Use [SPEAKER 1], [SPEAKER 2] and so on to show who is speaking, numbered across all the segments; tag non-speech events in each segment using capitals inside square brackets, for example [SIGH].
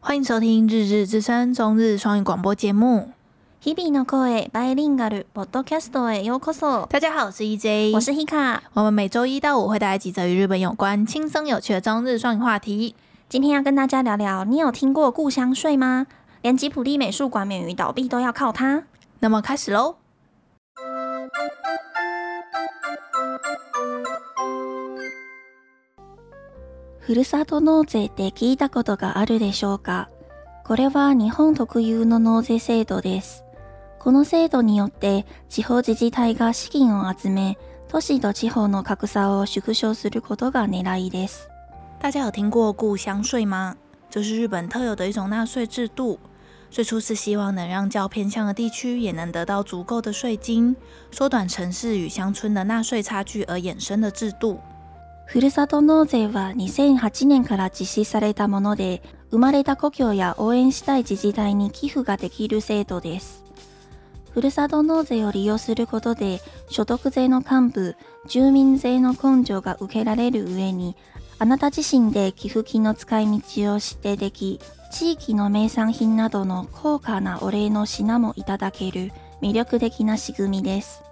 [SPEAKER 1] 欢迎收听《日日之声》中日双语广播节目。
[SPEAKER 2] 日々の声バイリンガルポッドキャストへようこそ。
[SPEAKER 1] 大家好，我是 E EJ，
[SPEAKER 2] 我是 Hika，
[SPEAKER 1] 我们每周一到五会带来几则与日本有关、轻松有趣的中日双语话题。
[SPEAKER 2] 今天要跟大家聊聊，你有听过故乡税吗？连吉普力美术馆免于倒闭都要靠它。
[SPEAKER 1] 那么开始喽。
[SPEAKER 2] ふるさと納税って聞いたことがあるでしょうかこれは日本特有の納税制度です。この制度によって地方自治体が資金を集め、都市と地方の格差を縮小することが狙いです。
[SPEAKER 1] 大家有听过故乡税吗？这、就是日本特有的一种纳税制度。最初是希望能让较偏向的地区也能得到足够的税金，缩短城市与乡村的纳税差距而衍生的制度。
[SPEAKER 2] ふるさと納税は2008年から実施されたもので、生まれた故郷や応援したい自治体に寄付ができる制度です。ふるさと納税を利用することで、所得税の幹部、住民税の根性が受けられる上に、あなた自身で寄付金の使い道を指定でき、地域の名産品などの高価なお礼の品もいただける魅力的な仕組みです。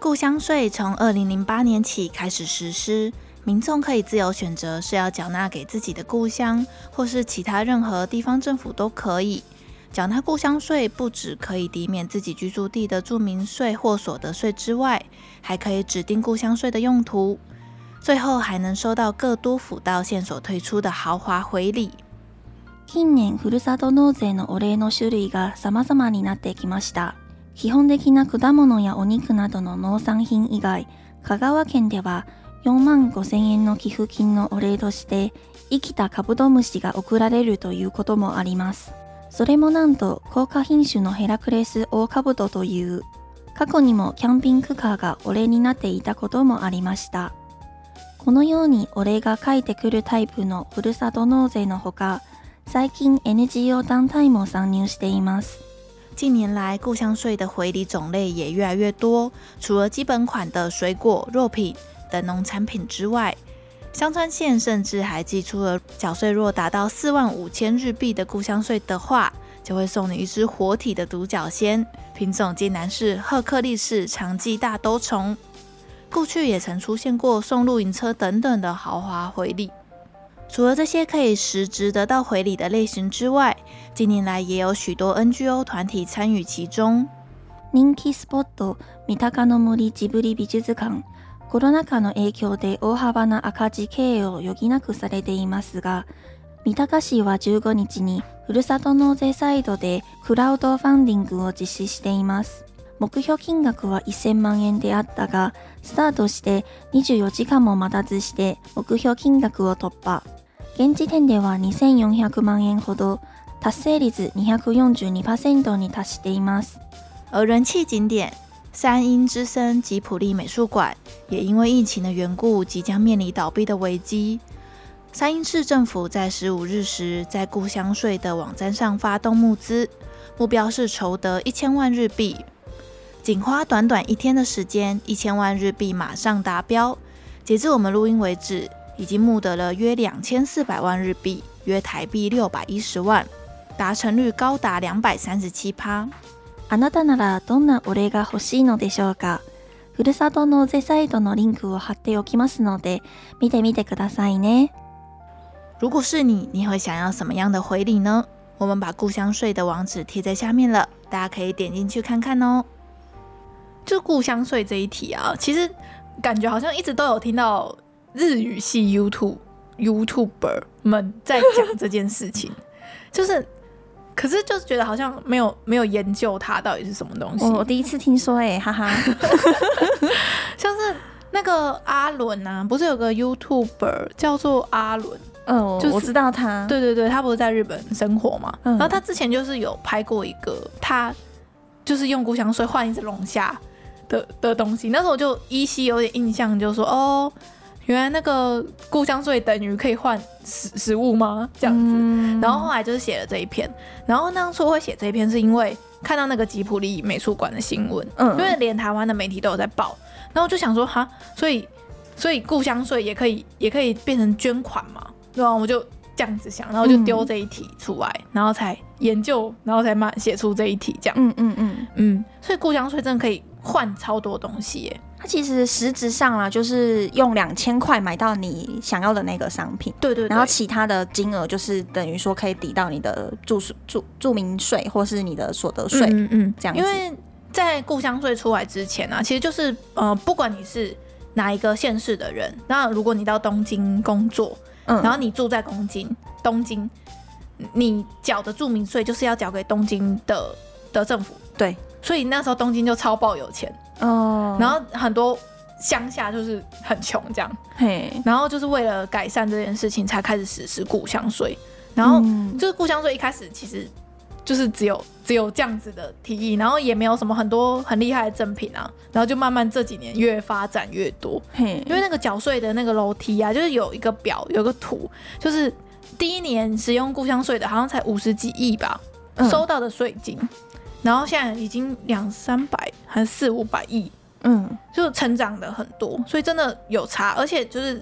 [SPEAKER 1] 故乡税从二零零八年起开始实施，民众可以自由选择是要缴纳给自己的故乡，或是其他任何地方政府都可以。缴纳故乡税不只可以抵免自己居住地的住民税或所得税之外，还可以指定故乡税的用途。最后还能收到各都府道县所推出的豪华回礼。
[SPEAKER 2] 近年ふるさと納税のお礼の種類が様々になってきました基本的な果物やお肉などの農産品以外香川県では4万5千円の寄付金のお礼として生きたカブトムシが贈られるということもありますそれもなんと高価品種のヘラクレスオオカブトという過去にもキャンピングカーがお礼になっていたこともありましたこのようにお礼が書いてくるタイプのふるさと納税のほか最近 NGO 单体も参入しています。
[SPEAKER 1] 近年来，故乡税的回礼种类也越来越多。除了基本款的水果、肉品等农产品之外，香川县甚至还寄出了缴税若达到四万五千日币的故乡税的话，就会送你一只活体的独角仙，品种竟然是赫克力士长髻大兜虫。过去也曾出现过送露营车等等的豪华回礼。除了这些可以实质得到回礼的类型之外，近年来也有许多 NGO 团体参与其中。
[SPEAKER 2] 人気スポット、三鷹の森ジブリ美術館、コロナ禍の影響で大幅な赤字経営を余儀なくされていますが、三鷹市は15日にふるさと納税サイトでクラウドファンディングを実施しています。目標金額は1000万円であったが、スタートして24時間も待たずして目標金額を突破。現時点では2400万円ほど、達成率242%に達しています。
[SPEAKER 1] 而人气景点三鹰之森吉普力美术馆也因为疫情的缘故，即将面临倒闭的危机。三鹰市政府在十五日时，在故乡税的网站上发动募资，目标是筹得一千万日币。仅花短短一天的时间，一千万日币马上达标。截至我们录音为止。已经募得了约两千四百万日币，约台币六百一十万，达成率高达两百三十七趴。
[SPEAKER 2] あなたならどんなお礼が欲しいのでしょうか。ふるさと納税サイトのリンクを貼っておきますので、見てみてくださいね。
[SPEAKER 1] 如果是你，你会想要什么样的回礼呢？我们把故乡税的网址贴在下面了，大家可以点进去看看哦。就故乡税这一题啊，其实感觉好像一直都有听到。日语系 YouTube YouTuber 们在讲这件事情， [LAUGHS] 就是，可是就是觉得好像没有没有研究它到底是什么东西。
[SPEAKER 2] 我我第一次听说哎、欸，
[SPEAKER 1] [LAUGHS]
[SPEAKER 2] 哈哈，
[SPEAKER 1] 像是那个阿伦啊，不是有个 YouTuber 叫做阿伦？
[SPEAKER 2] 嗯、哦就是，我知道他。
[SPEAKER 1] 对对对，他不是在日本生活嘛、嗯？然后他之前就是有拍过一个，他就是用故乡水换一只龙虾的的东西。那时候我就依稀有点印象，就说哦。原来那个故乡税等于可以换食食物吗？这样子、嗯，然后后来就是写了这一篇。然后当初会写这一篇，是因为看到那个吉普力美术馆的新闻，嗯，因为连台湾的媒体都有在报，然后就想说哈，所以所以故乡税也可以也可以变成捐款嘛，对吧、啊？我就这样子想，然后就丢这一题出来，然后才研究，然后才慢写出这一题这样。
[SPEAKER 2] 嗯嗯嗯，
[SPEAKER 1] 嗯，所以故乡税真的可以换超多东西耶。
[SPEAKER 2] 它其实实质上啦，就是用两千块买到你想要的那个商品，
[SPEAKER 1] 对对
[SPEAKER 2] 然后其他的金额就是等于说可以抵到你的住宿住住民税或是你的所得税。
[SPEAKER 1] 嗯嗯，
[SPEAKER 2] 这样子
[SPEAKER 1] 因为在故乡税出来之前啊，其实就是呃，不管你是哪一个县市的人，那如果你到东京工作，
[SPEAKER 2] 嗯，
[SPEAKER 1] 然后你住在东京，东京，你缴的住民税就是要缴给东京的的政府，
[SPEAKER 2] 对，
[SPEAKER 1] 所以那时候东京就超爆有钱，
[SPEAKER 2] 哦
[SPEAKER 1] 然后很多乡下就是很穷这样，
[SPEAKER 2] 嘿，
[SPEAKER 1] 然后就是为了改善这件事情才开始实施故乡税，然后
[SPEAKER 2] 嗯
[SPEAKER 1] 就是故乡税一开始其实就是只有只有这样子的提议，然后也没有什么很多很厉害的赠品啊，然后就慢慢这几年越发展越多，
[SPEAKER 2] 嘿，
[SPEAKER 1] 因为那个缴税的那个楼梯啊，就是有一个表有一个图，就是第一年使用故乡税的好像才五十几亿吧，
[SPEAKER 2] 嗯
[SPEAKER 1] 收到的税金，然后现在已经两三百还是四五百亿，
[SPEAKER 2] 嗯
[SPEAKER 1] 就成长的很多，所以真的有差，而且就是。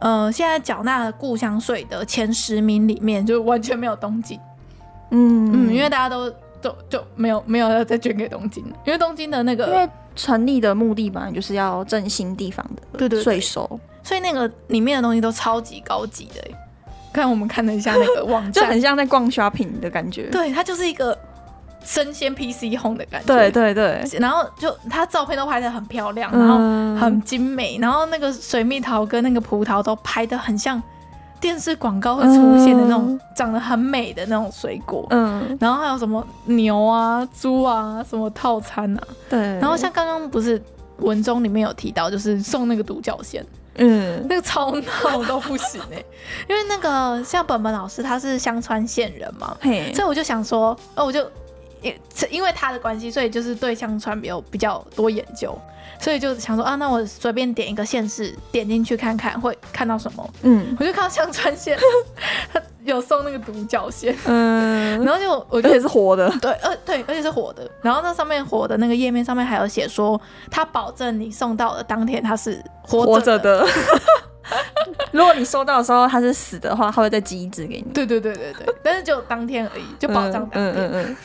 [SPEAKER 1] 呃，现在缴纳故乡税的前十名里面，就完全没有东京。
[SPEAKER 2] 嗯
[SPEAKER 1] 嗯，因为大家都都就没有没有要再捐给东京了，因为东京的那
[SPEAKER 2] 因
[SPEAKER 1] 个，
[SPEAKER 2] 为成立的目的本来就是要振兴地方
[SPEAKER 1] 对对
[SPEAKER 2] 的
[SPEAKER 1] 对
[SPEAKER 2] 税收，
[SPEAKER 1] 所以那个里面的东西都超级高级的欸。看我们看了一下那个网 [LAUGHS]
[SPEAKER 2] 就很
[SPEAKER 1] 站，
[SPEAKER 2] 像在逛 shopping 的感觉。
[SPEAKER 1] 对，它就是一个生鲜 PC home 的感觉。
[SPEAKER 2] 对对对，
[SPEAKER 1] 然后就它照片都拍的很漂亮，然后
[SPEAKER 2] 嗯
[SPEAKER 1] 很精美，然后那个水蜜桃跟那个葡萄都拍的很像电视广告会出现的那种
[SPEAKER 2] 嗯
[SPEAKER 1] 长得很美的那种水果。
[SPEAKER 2] 嗯
[SPEAKER 1] 然后还有什么牛啊、猪啊、什么套餐啊，
[SPEAKER 2] 对，
[SPEAKER 1] 然后像刚刚不是文中里面有提到，就是送那个独角仙，
[SPEAKER 2] 嗯
[SPEAKER 1] 那个超闹到不行哎、因为那个像本本老师他是香川县人嘛，
[SPEAKER 2] 嘿，
[SPEAKER 1] 所以我就想说，哦，我就因因为他的关系，所以就是对香川有比较多研究，所以就想说啊，那我随便点一个县市，点进去看看会看到什么，
[SPEAKER 2] 嗯
[SPEAKER 1] 我就看到香川县 [LAUGHS] 他有送那个独角仙，
[SPEAKER 2] 嗯，
[SPEAKER 1] 然后就我
[SPEAKER 2] 而
[SPEAKER 1] 就
[SPEAKER 2] 且是活的，
[SPEAKER 1] 对，呃，对，而且是火的。然后那上面火的那个页面上面还有写说，他保证你送到的当天它是活
[SPEAKER 2] 活
[SPEAKER 1] 着
[SPEAKER 2] 着。的。 [LAUGHS] 如果你收到的时候它是死的话，它会再寄一只给你。
[SPEAKER 1] [LAUGHS] 对对对对对，但是就当天而已，就保障当天。
[SPEAKER 2] 嗯嗯嗯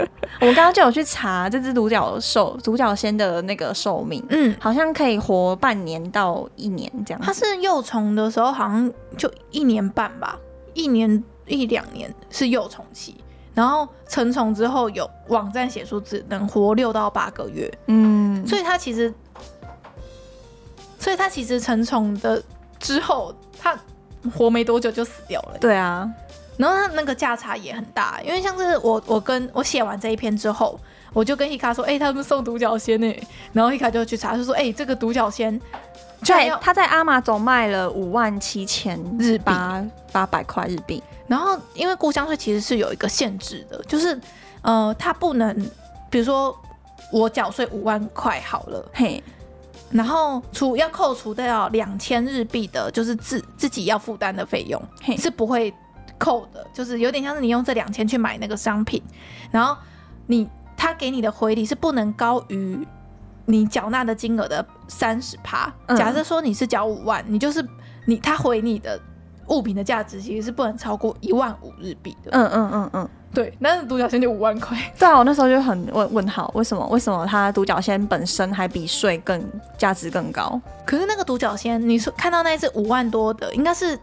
[SPEAKER 2] 嗯。 [LAUGHS] 我刚刚就有去查这只独角兽、独角仙的那个寿命，
[SPEAKER 1] 嗯
[SPEAKER 2] 好像可以活半年到一年这样
[SPEAKER 1] 它
[SPEAKER 2] 子。
[SPEAKER 1] 是幼虫的时候，好像就一年半吧，一年一两年是幼虫期，然后成虫之后有网站写出只能活六到八个月，
[SPEAKER 2] 嗯，
[SPEAKER 1] 所以它其实，所以它其实成虫的之后，它活没多久就死掉了。
[SPEAKER 2] 对啊，
[SPEAKER 1] 然后它那个价差也很大，因为像是我我跟我写完这一篇之后，我就跟 Hika 说，哎、他们送独角仙呢、然后 Hika 就去查，就说，哎、这个独角仙居然
[SPEAKER 2] 在
[SPEAKER 1] 要，
[SPEAKER 2] 他在阿玛总卖了五万七千
[SPEAKER 1] 日币
[SPEAKER 2] 八八百块日币。
[SPEAKER 1] 然后因为故乡税其实是有一个限制的，就是呃，它不能，比如说我缴税五万块好了，
[SPEAKER 2] 嘿，
[SPEAKER 1] 然后除要扣除掉两千日币的，就是自自己要负担的费用
[SPEAKER 2] 嘿，
[SPEAKER 1] 是不会扣的，就是有点像是你用这两千去买那个商品，然后你他给你的回礼是不能高于你缴纳的金额的三十趴。
[SPEAKER 2] 嗯
[SPEAKER 1] 假设说你是缴五万，你就是你他回你的物品的价值其实是不能超过一万五日币的。
[SPEAKER 2] 嗯嗯嗯嗯，
[SPEAKER 1] 对，但是独角仙就五万块。
[SPEAKER 2] 对啊，我那时候就很问问号，为什么为什么它独角仙本身还比税更价值更高？
[SPEAKER 1] 可是那个独角仙，你说看到那一只五万多的，应该是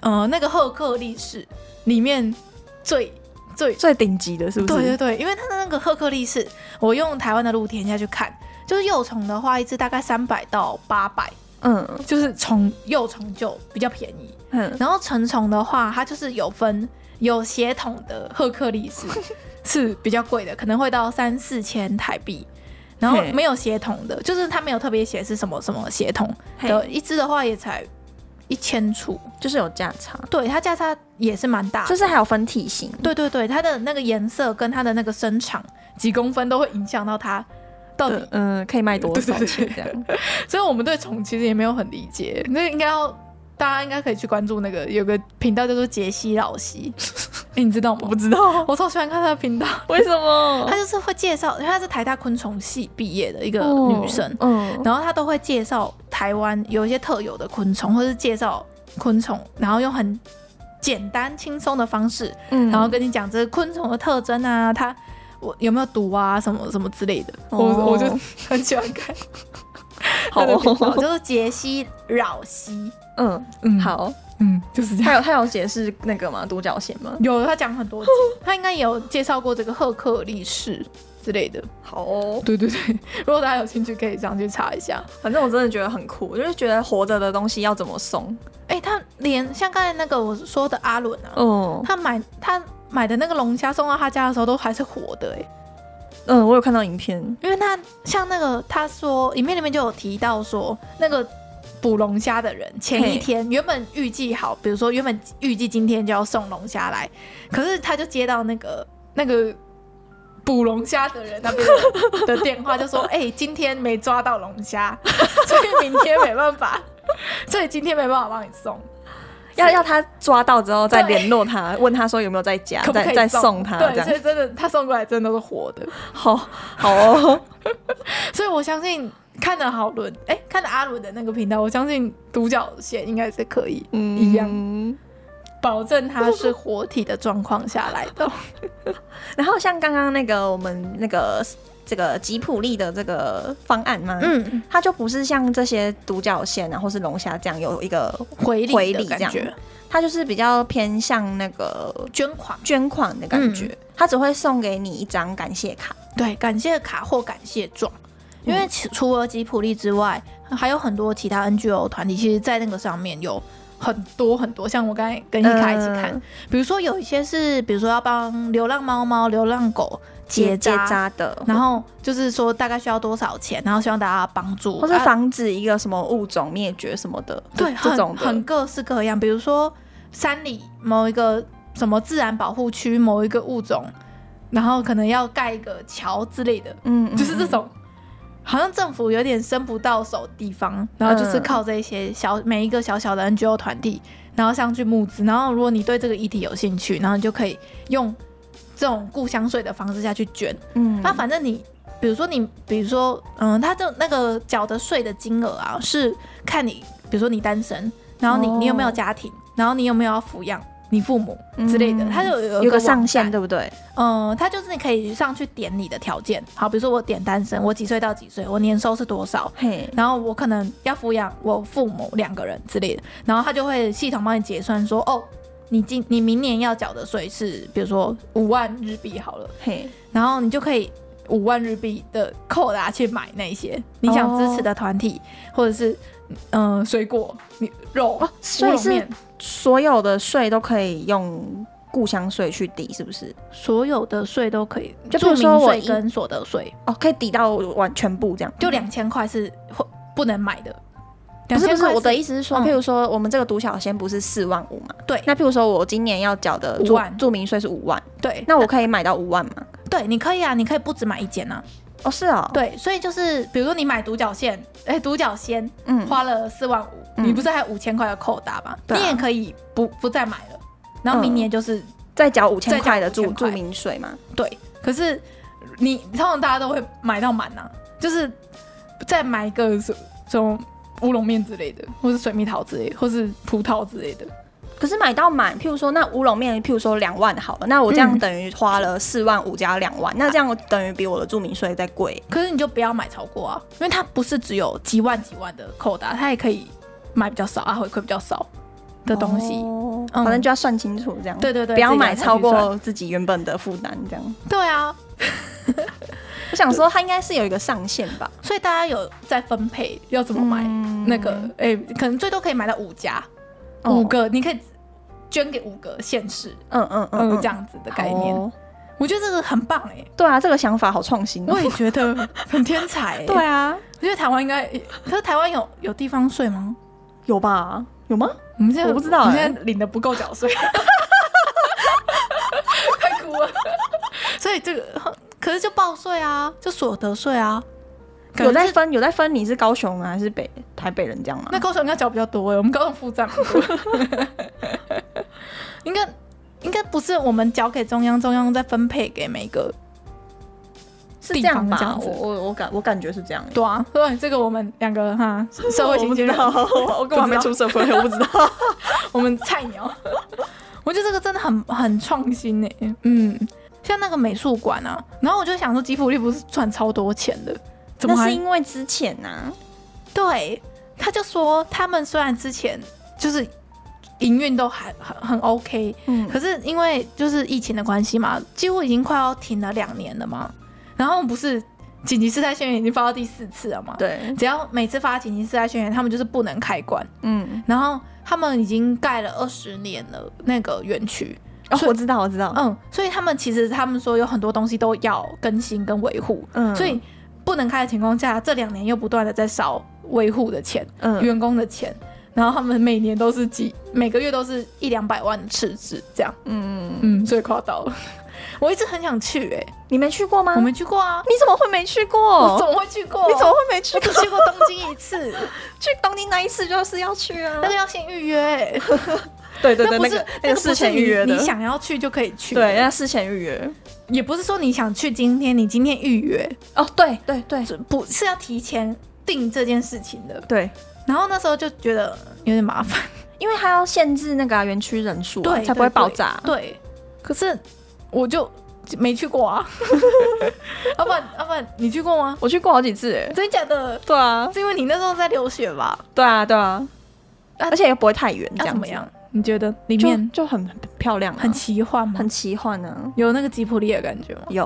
[SPEAKER 1] 呃那个赫克力士里面最最
[SPEAKER 2] 最顶级的是不是？
[SPEAKER 1] 对对对，因为它的那个赫克力士，我用台湾的露天下去看，就是幼虫的话，一只大概三百到八百，
[SPEAKER 2] 嗯
[SPEAKER 1] 就是虫幼虫就比较便宜。
[SPEAKER 2] 嗯，
[SPEAKER 1] 然后成虫的话，它就是有分有血统的赫克力士是比较贵的，可能会到三四千台币。然后
[SPEAKER 2] 嘿
[SPEAKER 1] 没有血统的，就是它没有特别写是什么什么血统的，一只的话也才一千出，
[SPEAKER 2] 就是有价差，
[SPEAKER 1] 对，它价差也是蛮大的。
[SPEAKER 2] 就是还有分体型。
[SPEAKER 1] 对对对，它的那个颜色跟它的那个身长几公分都会影响到它到底
[SPEAKER 2] 对，嗯，可以卖多少
[SPEAKER 1] 对对
[SPEAKER 2] 钱
[SPEAKER 1] 对
[SPEAKER 2] 这样？
[SPEAKER 1] 所以我们对虫其实也没有很理解，那应该要大家应该可以去关注那个有个频道叫做杰西老 [LAUGHS] 西，哎、你知道吗？我不知道，我超喜欢看他的频道，
[SPEAKER 2] 为什么 [LAUGHS]
[SPEAKER 1] 他就是会介绍，因为他是台大昆虫系毕业的一个女生，
[SPEAKER 2] 嗯，
[SPEAKER 1] 然后她都会介绍台湾有一些特有的昆虫，或是介绍昆虫，然后用很简单轻松的方式，
[SPEAKER 3] 嗯
[SPEAKER 1] 然后跟你讲这昆虫的特征啊，它我有没有毒啊，什么什么之类的。
[SPEAKER 3] 哦
[SPEAKER 1] 我我就 [LAUGHS] 很喜欢看
[SPEAKER 3] 好
[SPEAKER 1] 他的频道，
[SPEAKER 3] 哦，
[SPEAKER 1] 就是杰西扰西，
[SPEAKER 2] 嗯，
[SPEAKER 1] 嗯，，
[SPEAKER 2] 好，
[SPEAKER 1] 嗯，就是这样。
[SPEAKER 2] 他有他有解释那个吗？独角仙吗？
[SPEAKER 1] 有他讲很多集，他应该也有介绍过这个赫克力士之类的。
[SPEAKER 2] 好哦，
[SPEAKER 1] 对对对，如果大家有兴趣，可以上去查一下。
[SPEAKER 2] 反正我真的觉得很酷，我就是觉得活着的东西要怎么送，
[SPEAKER 1] 哎、他连像刚才那个我说的阿伦啊，
[SPEAKER 2] 嗯
[SPEAKER 1] 他买他买的那个龙虾送到他家的时候都还是活的哎、
[SPEAKER 2] 嗯，我有看到影片，
[SPEAKER 1] 因为他像那个他说影片里面就有提到说那个。捕龙虾的人前一
[SPEAKER 2] 嘿
[SPEAKER 1] 天原本预计好，比如说原本预计今天就要送龙虾来，可是他就接到那个那个捕龙虾的人那边的的电话，就说：“哎、今天没抓到龙虾，所以明天没办法，所以今天没办法帮你送。”
[SPEAKER 2] 要要他抓到之后再
[SPEAKER 1] 对
[SPEAKER 2] 联络他，问他说有没有在家，
[SPEAKER 1] 可不可
[SPEAKER 2] 啊再
[SPEAKER 1] 以
[SPEAKER 2] 再送他这
[SPEAKER 1] 对，所
[SPEAKER 2] 样，
[SPEAKER 1] 以真的他送过来真的都是活的，
[SPEAKER 2] 好
[SPEAKER 1] [LAUGHS]
[SPEAKER 2] 好哦，
[SPEAKER 1] 所以我相信看了好伦，哎、看了阿伦的那个频道，我相信独角仙应该是可以
[SPEAKER 2] 嗯，
[SPEAKER 1] 一样保证它是活体的状况下来的。
[SPEAKER 2] 然后像刚刚那个我们那个这个吉普力的这个方案嘛， [LAUGHS] 嗯，
[SPEAKER 1] 嗯，
[SPEAKER 2] 它就不是像这些独角仙啊或是龙虾这样有一个
[SPEAKER 1] 回礼
[SPEAKER 2] 回
[SPEAKER 1] 的
[SPEAKER 2] 礼这
[SPEAKER 1] 感
[SPEAKER 2] 样
[SPEAKER 1] 觉，
[SPEAKER 2] 它就是比较偏向那个
[SPEAKER 1] 捐款，
[SPEAKER 2] 捐款的感觉，
[SPEAKER 1] 嗯
[SPEAKER 2] 它只会送给你一张感谢卡，
[SPEAKER 1] 对，感谢卡或感谢状。因
[SPEAKER 2] 嗯
[SPEAKER 1] 为其除了吉普力之外，还有很多其他 NGO 团体，其实，在那个上面有很多很多，像我刚才跟一凯一起看，
[SPEAKER 2] 嗯
[SPEAKER 1] 比如说有一些是，比如说要帮流浪猫猫、流浪狗
[SPEAKER 2] 结
[SPEAKER 1] 结
[SPEAKER 2] 结
[SPEAKER 1] 扎，
[SPEAKER 2] 扎的，
[SPEAKER 1] 然后就是说大概需要多少钱，然后希望大家帮助，
[SPEAKER 2] 或是
[SPEAKER 1] 啊
[SPEAKER 2] 防止一个什么物种灭绝什么的，
[SPEAKER 1] 对
[SPEAKER 2] 这这种
[SPEAKER 1] 很
[SPEAKER 2] 的
[SPEAKER 1] 很各式各样，比如说山里某一个什么自然保护区某一个物种，然后可能要盖一个桥之类的，
[SPEAKER 2] 嗯，嗯
[SPEAKER 1] 就是这种。好像政府有点伸不到手的地方，然后就是
[SPEAKER 2] 嗯
[SPEAKER 1] 靠这些小、每一个小小的 NGO 团体，然后上去募资。然后如果你对这个议题有兴趣，然后你就可以用这种故乡税的方式下去捐。
[SPEAKER 2] 嗯，
[SPEAKER 1] 那反正你，比如说你，比如说，嗯，他的那个缴的税的金额啊，是看你，比如说你单身，然后你、
[SPEAKER 2] 哦
[SPEAKER 1] 你有没有家庭，然后你有没有要抚养你父母之类的，
[SPEAKER 2] 嗯
[SPEAKER 1] 他就有
[SPEAKER 2] 有
[SPEAKER 1] 个
[SPEAKER 2] 个上限，
[SPEAKER 1] 的，
[SPEAKER 2] 对不对？
[SPEAKER 1] 嗯，他就是你可以上去点你的条件，好，比如说我点单身，我几岁到几岁，我年收是多少。
[SPEAKER 2] 嘿，
[SPEAKER 1] 然后我可能要抚养我父母两个人之类的，然后他就会系统帮你结算说，哦，你今你明年要缴的税是，比如说五万日币好了，
[SPEAKER 2] 嘿，
[SPEAKER 1] 然后你就可以五万日币的扣打去买那些你想支持的团体，或者是嗯、呃水果、你肉、啊、
[SPEAKER 2] 哦所以是
[SPEAKER 1] 面
[SPEAKER 2] 所有的税都可以用故乡税去抵，是不是？
[SPEAKER 1] 所有的税都可以，
[SPEAKER 2] 就比
[SPEAKER 1] 住
[SPEAKER 2] 如说
[SPEAKER 1] 民
[SPEAKER 2] 我
[SPEAKER 1] 税
[SPEAKER 2] 一
[SPEAKER 1] 跟所得税，
[SPEAKER 2] 哦，可以抵到完全部这样，
[SPEAKER 1] 就两千块是或不能买的。
[SPEAKER 2] 不是不
[SPEAKER 1] 2000
[SPEAKER 2] 是，
[SPEAKER 1] 块
[SPEAKER 2] 我的意思是说，
[SPEAKER 1] 嗯
[SPEAKER 2] 譬如说我们这个独角仙不是四万五嘛？
[SPEAKER 1] 对
[SPEAKER 2] 那譬如说我今年要缴的
[SPEAKER 1] 五
[SPEAKER 2] 住
[SPEAKER 1] 万
[SPEAKER 2] 住民税是五万，
[SPEAKER 1] 对，
[SPEAKER 2] 那我可以买到五万吗？
[SPEAKER 1] 对你可以啊，你可以不止买一件啊。
[SPEAKER 2] 哦，是哦，，
[SPEAKER 1] 对，所以就是比如说你买独角仙，哎，独角仙
[SPEAKER 2] 嗯，
[SPEAKER 1] 花了四万五、
[SPEAKER 2] 嗯
[SPEAKER 1] 你不是还五千块要扣打吗？
[SPEAKER 2] 对啊
[SPEAKER 1] 你也可以不不再买了，然后明年就是。
[SPEAKER 2] 再缴五千
[SPEAKER 1] 再
[SPEAKER 2] 块的
[SPEAKER 1] 缴
[SPEAKER 2] 住
[SPEAKER 1] 5000
[SPEAKER 2] 住
[SPEAKER 1] 块
[SPEAKER 2] 民税嘛？
[SPEAKER 1] 对，可是你通常大家都会买到满呐、啊就是再买一个什什么乌龙面之类的，或是水蜜桃之类，或是葡萄之类的。
[SPEAKER 2] 可是买到满，譬如说那乌龙面，譬如说两万好了，那我这样
[SPEAKER 1] 嗯
[SPEAKER 2] 等于花了四万五加两万，那这样我等于比我的住民税再贵。
[SPEAKER 1] 可是你就不要买超过啊，因为它不是只有几万几万的扣打，它也可以买比较少啊，回馈比较少的东西。
[SPEAKER 2] 哦
[SPEAKER 1] 嗯
[SPEAKER 2] 反正就要算清楚这样。
[SPEAKER 1] 对对对
[SPEAKER 2] 不要
[SPEAKER 1] 自己
[SPEAKER 2] 买
[SPEAKER 1] 算
[SPEAKER 2] 超
[SPEAKER 1] 自己
[SPEAKER 2] 过
[SPEAKER 1] 算
[SPEAKER 2] 自己原本的负担这样。
[SPEAKER 1] 对啊，
[SPEAKER 2] 我想说，它应该是有一个上限吧？
[SPEAKER 1] 所以大家有在分配要怎么买
[SPEAKER 2] 嗯
[SPEAKER 1] 那个，哎、可能最多可以买到五家，
[SPEAKER 2] 哦
[SPEAKER 1] 五个你可以捐给五个县市，
[SPEAKER 2] 嗯嗯
[SPEAKER 1] 嗯，这样子的概念。
[SPEAKER 2] 好哦
[SPEAKER 1] 我觉得这个很棒哎、
[SPEAKER 2] 对啊，这个想法好创新、哦。
[SPEAKER 1] 我也觉得很天才、欸。
[SPEAKER 2] [LAUGHS] 对，啊，
[SPEAKER 1] 因为台湾应该，可是台湾有有地方税吗？
[SPEAKER 2] 有吧？有吗？
[SPEAKER 1] 我们现在
[SPEAKER 2] 我不知道欸
[SPEAKER 1] 我们现在领的不够缴
[SPEAKER 2] [LAUGHS]
[SPEAKER 1] 税，快哭了。所以这个可是就报税啊，就所得税啊，感觉
[SPEAKER 2] 有在
[SPEAKER 1] 是
[SPEAKER 2] 分，有在分，你是高雄啊还是北台北人这样吗？
[SPEAKER 1] 那高雄应该缴比较多哎、我们高雄负债蛮多， [LAUGHS] 应该应该不是我们缴给中央，中央再分配给每个
[SPEAKER 2] 是这
[SPEAKER 1] 地
[SPEAKER 2] 样
[SPEAKER 1] 方
[SPEAKER 2] 吧
[SPEAKER 1] 这？样
[SPEAKER 2] 我
[SPEAKER 1] 子。
[SPEAKER 2] 我我感我感觉是这样。欸
[SPEAKER 1] 对啊，对这个我们两个哈社
[SPEAKER 2] [LAUGHS]
[SPEAKER 1] 会新鲜人，
[SPEAKER 2] 哦我根本没出社会，我不知道。
[SPEAKER 1] [LAUGHS] 我们菜鸟。我觉得这个真的很很创新诶、
[SPEAKER 4] 嗯，
[SPEAKER 1] 像那个美术馆啊，然后我就想说吉普力不是赚超多钱的，怎么
[SPEAKER 2] 那
[SPEAKER 1] 还
[SPEAKER 2] 是因为之前啊呐、
[SPEAKER 1] 对，他就说他们虽然之前就是营运都还很很 OK，
[SPEAKER 2] 嗯，
[SPEAKER 1] 可是因为就是疫情的关系嘛，几乎已经快要停了两年了嘛。然后不是紧急事态宣言已经发到第四次了嘛？，
[SPEAKER 2] 对，
[SPEAKER 1] 只要每次发紧急事态宣言，他们就是不能开馆。
[SPEAKER 2] 嗯，
[SPEAKER 1] 然后他们已经盖了二十年了那个园区，
[SPEAKER 2] 哦，
[SPEAKER 1] 所以
[SPEAKER 2] 我知道，我知道，
[SPEAKER 1] 嗯，所以他们其实他们说有很多东西都要更新跟维护，
[SPEAKER 2] 嗯
[SPEAKER 1] 所以不能开的情况下，这两年又不断的在烧维护的钱、
[SPEAKER 2] 嗯，
[SPEAKER 1] 员工的钱，然后他们每年都是几每个月都是一两百万的赤字这样，
[SPEAKER 2] 嗯，
[SPEAKER 1] 嗯，所以夸到了。 [LAUGHS] 我一直很想去哎、
[SPEAKER 2] 你没去过吗？
[SPEAKER 1] 我没去过啊，
[SPEAKER 2] 你怎么会没去
[SPEAKER 1] 我
[SPEAKER 2] 过？
[SPEAKER 1] 怎么会去过？
[SPEAKER 2] 哦你怎么会没去
[SPEAKER 1] 我
[SPEAKER 2] 过 [LAUGHS]
[SPEAKER 1] 只？去过东京一次，
[SPEAKER 2] 去东京那一次就是要去啊
[SPEAKER 1] 那个要先预约、欸，
[SPEAKER 2] [LAUGHS] 对对对，
[SPEAKER 1] 那不
[SPEAKER 2] 那
[SPEAKER 1] 是
[SPEAKER 2] 个那个
[SPEAKER 1] 不
[SPEAKER 2] 事
[SPEAKER 1] 是
[SPEAKER 2] 前
[SPEAKER 1] 你
[SPEAKER 2] 预约的
[SPEAKER 1] 你，想要去就可以去，
[SPEAKER 2] 对，，那事前预约。
[SPEAKER 1] 也不是说你想去今天，你今天预约，
[SPEAKER 2] 哦，对对对
[SPEAKER 1] 是不是要提前定这件事情的。
[SPEAKER 2] 对，
[SPEAKER 1] 然后那时候就觉得有点麻烦，
[SPEAKER 2] 因为它要限制那个啊园区人数啊，
[SPEAKER 1] 对，
[SPEAKER 2] 才不会爆炸。
[SPEAKER 1] 对，对可是我就没去过
[SPEAKER 2] [LAUGHS]
[SPEAKER 1] 啊，要不然要不然你去过吗？
[SPEAKER 2] 我去过好几次，哎，
[SPEAKER 1] 真的假的？
[SPEAKER 2] 对啊，
[SPEAKER 1] 是因为你那时候在留学吧？
[SPEAKER 2] 对啊，对啊，
[SPEAKER 1] 啊
[SPEAKER 2] 而且也不会太远，这
[SPEAKER 1] 要
[SPEAKER 2] 样
[SPEAKER 1] 怎
[SPEAKER 2] 子
[SPEAKER 1] 么样？？你觉得里
[SPEAKER 2] 就
[SPEAKER 1] 面
[SPEAKER 2] 就很很漂亮啊，
[SPEAKER 1] 很奇幻吗？
[SPEAKER 2] 很奇幻啊。
[SPEAKER 1] 有那个吉普力的感觉吗？
[SPEAKER 2] 有，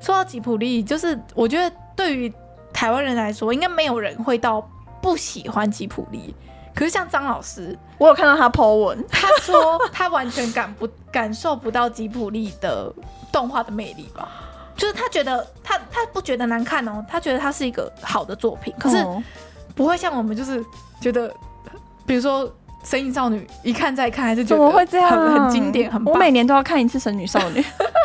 [SPEAKER 1] 说到吉普力，就是我觉得对于台湾人来说，应该没有人会到不喜欢吉普力。可是像张老师，
[SPEAKER 2] 我有看到他 Po 文，
[SPEAKER 1] 他说他完全感不感受不到吉普力的动画的魅力吧，就是他觉得他他不觉得难看哦，他觉得它是一个好的作品，可是
[SPEAKER 2] 哦
[SPEAKER 1] 不会像我们就是觉得，比如说《神隐少女》一看再看，还是觉
[SPEAKER 2] 怎
[SPEAKER 1] 得
[SPEAKER 2] 么会这样？啊
[SPEAKER 1] 很很经典，很棒。
[SPEAKER 2] 我每年都要看一次《神女少 [LAUGHS] 女》，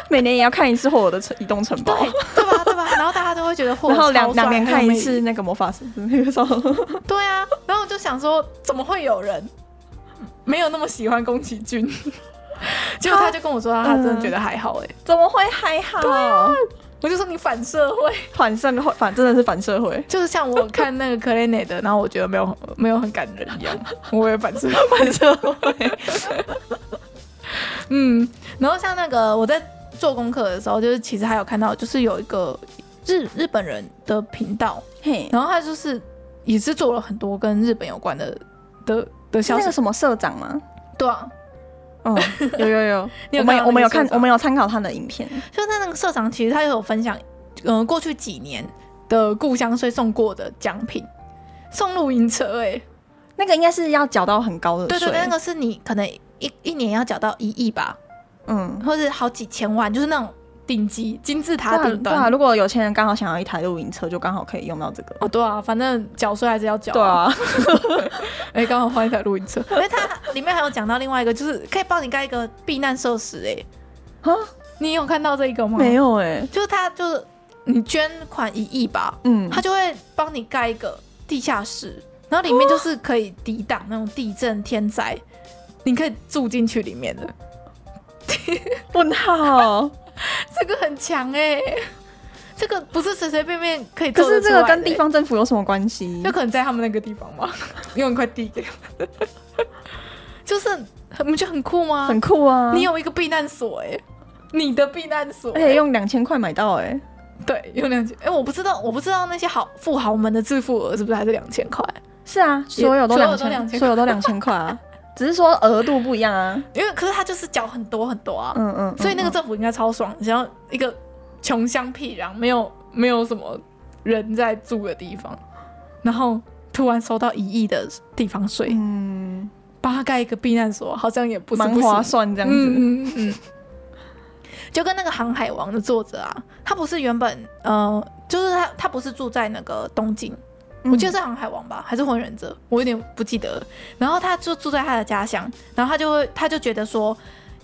[SPEAKER 2] 每年也要看一次《火的城移动城堡
[SPEAKER 1] 对》，对吧对吧？啊然后大家都会觉得霍尔
[SPEAKER 2] [LAUGHS] 然后两
[SPEAKER 1] 超帅
[SPEAKER 2] 两年
[SPEAKER 1] 很有
[SPEAKER 2] 看一
[SPEAKER 1] 魅力
[SPEAKER 2] 次那个魔法师那个少女。
[SPEAKER 1] 对啊，然后我就想说，怎么会有人没有那么喜欢宫崎骏？ [LAUGHS] 结果他就跟我说，他真的觉得还好哎、
[SPEAKER 2] [LAUGHS] 怎么会还好？
[SPEAKER 1] 我就说你反社会，，
[SPEAKER 2] 反社会，反真的是反社会
[SPEAKER 1] 就是像我看那个克雷内的，然后我觉得没有没有很感人一样，我也反社会。
[SPEAKER 2] 反社会。
[SPEAKER 1] [LAUGHS] 嗯，然后像那个我在做功课的时候，就是其实还有看到，就是有一个日日本人的频道，
[SPEAKER 2] 嘿，
[SPEAKER 1] 然后他就是也是做了很多跟日本有关的的的消
[SPEAKER 2] 那
[SPEAKER 1] 息
[SPEAKER 2] 个，什么社长吗？
[SPEAKER 1] 对啊，
[SPEAKER 2] [LAUGHS] 嗯，有有有，
[SPEAKER 1] 你有
[SPEAKER 2] 我
[SPEAKER 1] 看到
[SPEAKER 2] 们我
[SPEAKER 1] 那个
[SPEAKER 2] 们有
[SPEAKER 1] 社
[SPEAKER 2] 看，
[SPEAKER 1] 长
[SPEAKER 2] 我们有参考他的影片。
[SPEAKER 1] 就是他那个社长，其实他有分享，嗯、过去几年的故乡税送过的奖品，送露营车、欸，哎，
[SPEAKER 2] 那个应该是要缴到很高的
[SPEAKER 1] 对
[SPEAKER 2] 税，
[SPEAKER 1] 对对，那个是你可能一一年要缴到一亿吧，
[SPEAKER 2] 嗯，
[SPEAKER 1] 或者好几千万，就是那种顶级金字
[SPEAKER 2] 对
[SPEAKER 1] 塔
[SPEAKER 2] 啊
[SPEAKER 1] 顶
[SPEAKER 2] 对啊，
[SPEAKER 1] 端。
[SPEAKER 2] 如果有钱人刚好想要一台露营车，就刚好可以用到这个。
[SPEAKER 1] 哦，对啊，反正缴税还是要缴、
[SPEAKER 2] 对，啊，
[SPEAKER 1] 哎、刚好换一台露营车。 [LAUGHS] 因为它里面还有讲到另外一个，就是可以帮你盖一个避难设施、欸，
[SPEAKER 2] 啊，
[SPEAKER 1] 你有看到这一个吗？
[SPEAKER 2] [LAUGHS] 没，有哎，
[SPEAKER 1] 就是他就是你捐款一亿吧，
[SPEAKER 2] 嗯，
[SPEAKER 1] 他就会帮你盖一个地下室，然后里面就是可以抵挡那种地震、天灾，你可以住进去里面的。
[SPEAKER 2] 问号。
[SPEAKER 1] [LAUGHS] 这个很强哎、这个不是随随便便可以
[SPEAKER 2] 可
[SPEAKER 1] 做得
[SPEAKER 2] 是
[SPEAKER 1] 出
[SPEAKER 2] 这
[SPEAKER 1] 来的欸、
[SPEAKER 2] 个跟地方政府有什么关系
[SPEAKER 1] 就？可能在他们那个地方 [LAUGHS] 嘛，用一块地给他们，就是很你不觉得很酷吗？
[SPEAKER 2] 很酷啊！
[SPEAKER 1] 你有一个避难所哎、你的避难所欸、
[SPEAKER 2] 而且哎用两千块买到哎，
[SPEAKER 1] 对用两千哎、我不知道我不知道那些好富豪们的致富额是不是还是两千块，
[SPEAKER 2] 是啊，所有都
[SPEAKER 1] 所有
[SPEAKER 2] 两
[SPEAKER 1] 都2000
[SPEAKER 2] 千，所有都两千
[SPEAKER 1] [LAUGHS]
[SPEAKER 2] 块啊，只是说额度不一样啊。
[SPEAKER 1] 因为可是他就是缴很多很多啊，
[SPEAKER 2] 嗯嗯，
[SPEAKER 1] 所以那个政府应该超爽，想要一个穷乡僻壤，没有没有什么人在住的地方，然后突然收到一亿的地方税，
[SPEAKER 2] 嗯，
[SPEAKER 1] 帮他盖一个避难所，好像也不是
[SPEAKER 2] 蛮
[SPEAKER 1] 不行
[SPEAKER 2] 划算这样子。
[SPEAKER 1] 嗯嗯嗯，就跟那个《航海王》的作者啊，他不是原本呃，就是他他不是住在那个东京，我
[SPEAKER 2] 嗯
[SPEAKER 1] 记得是《航海王》吧，还是《火影忍者》，我有点不记得了。然后他就住在他的家乡，然后他就会他就觉得说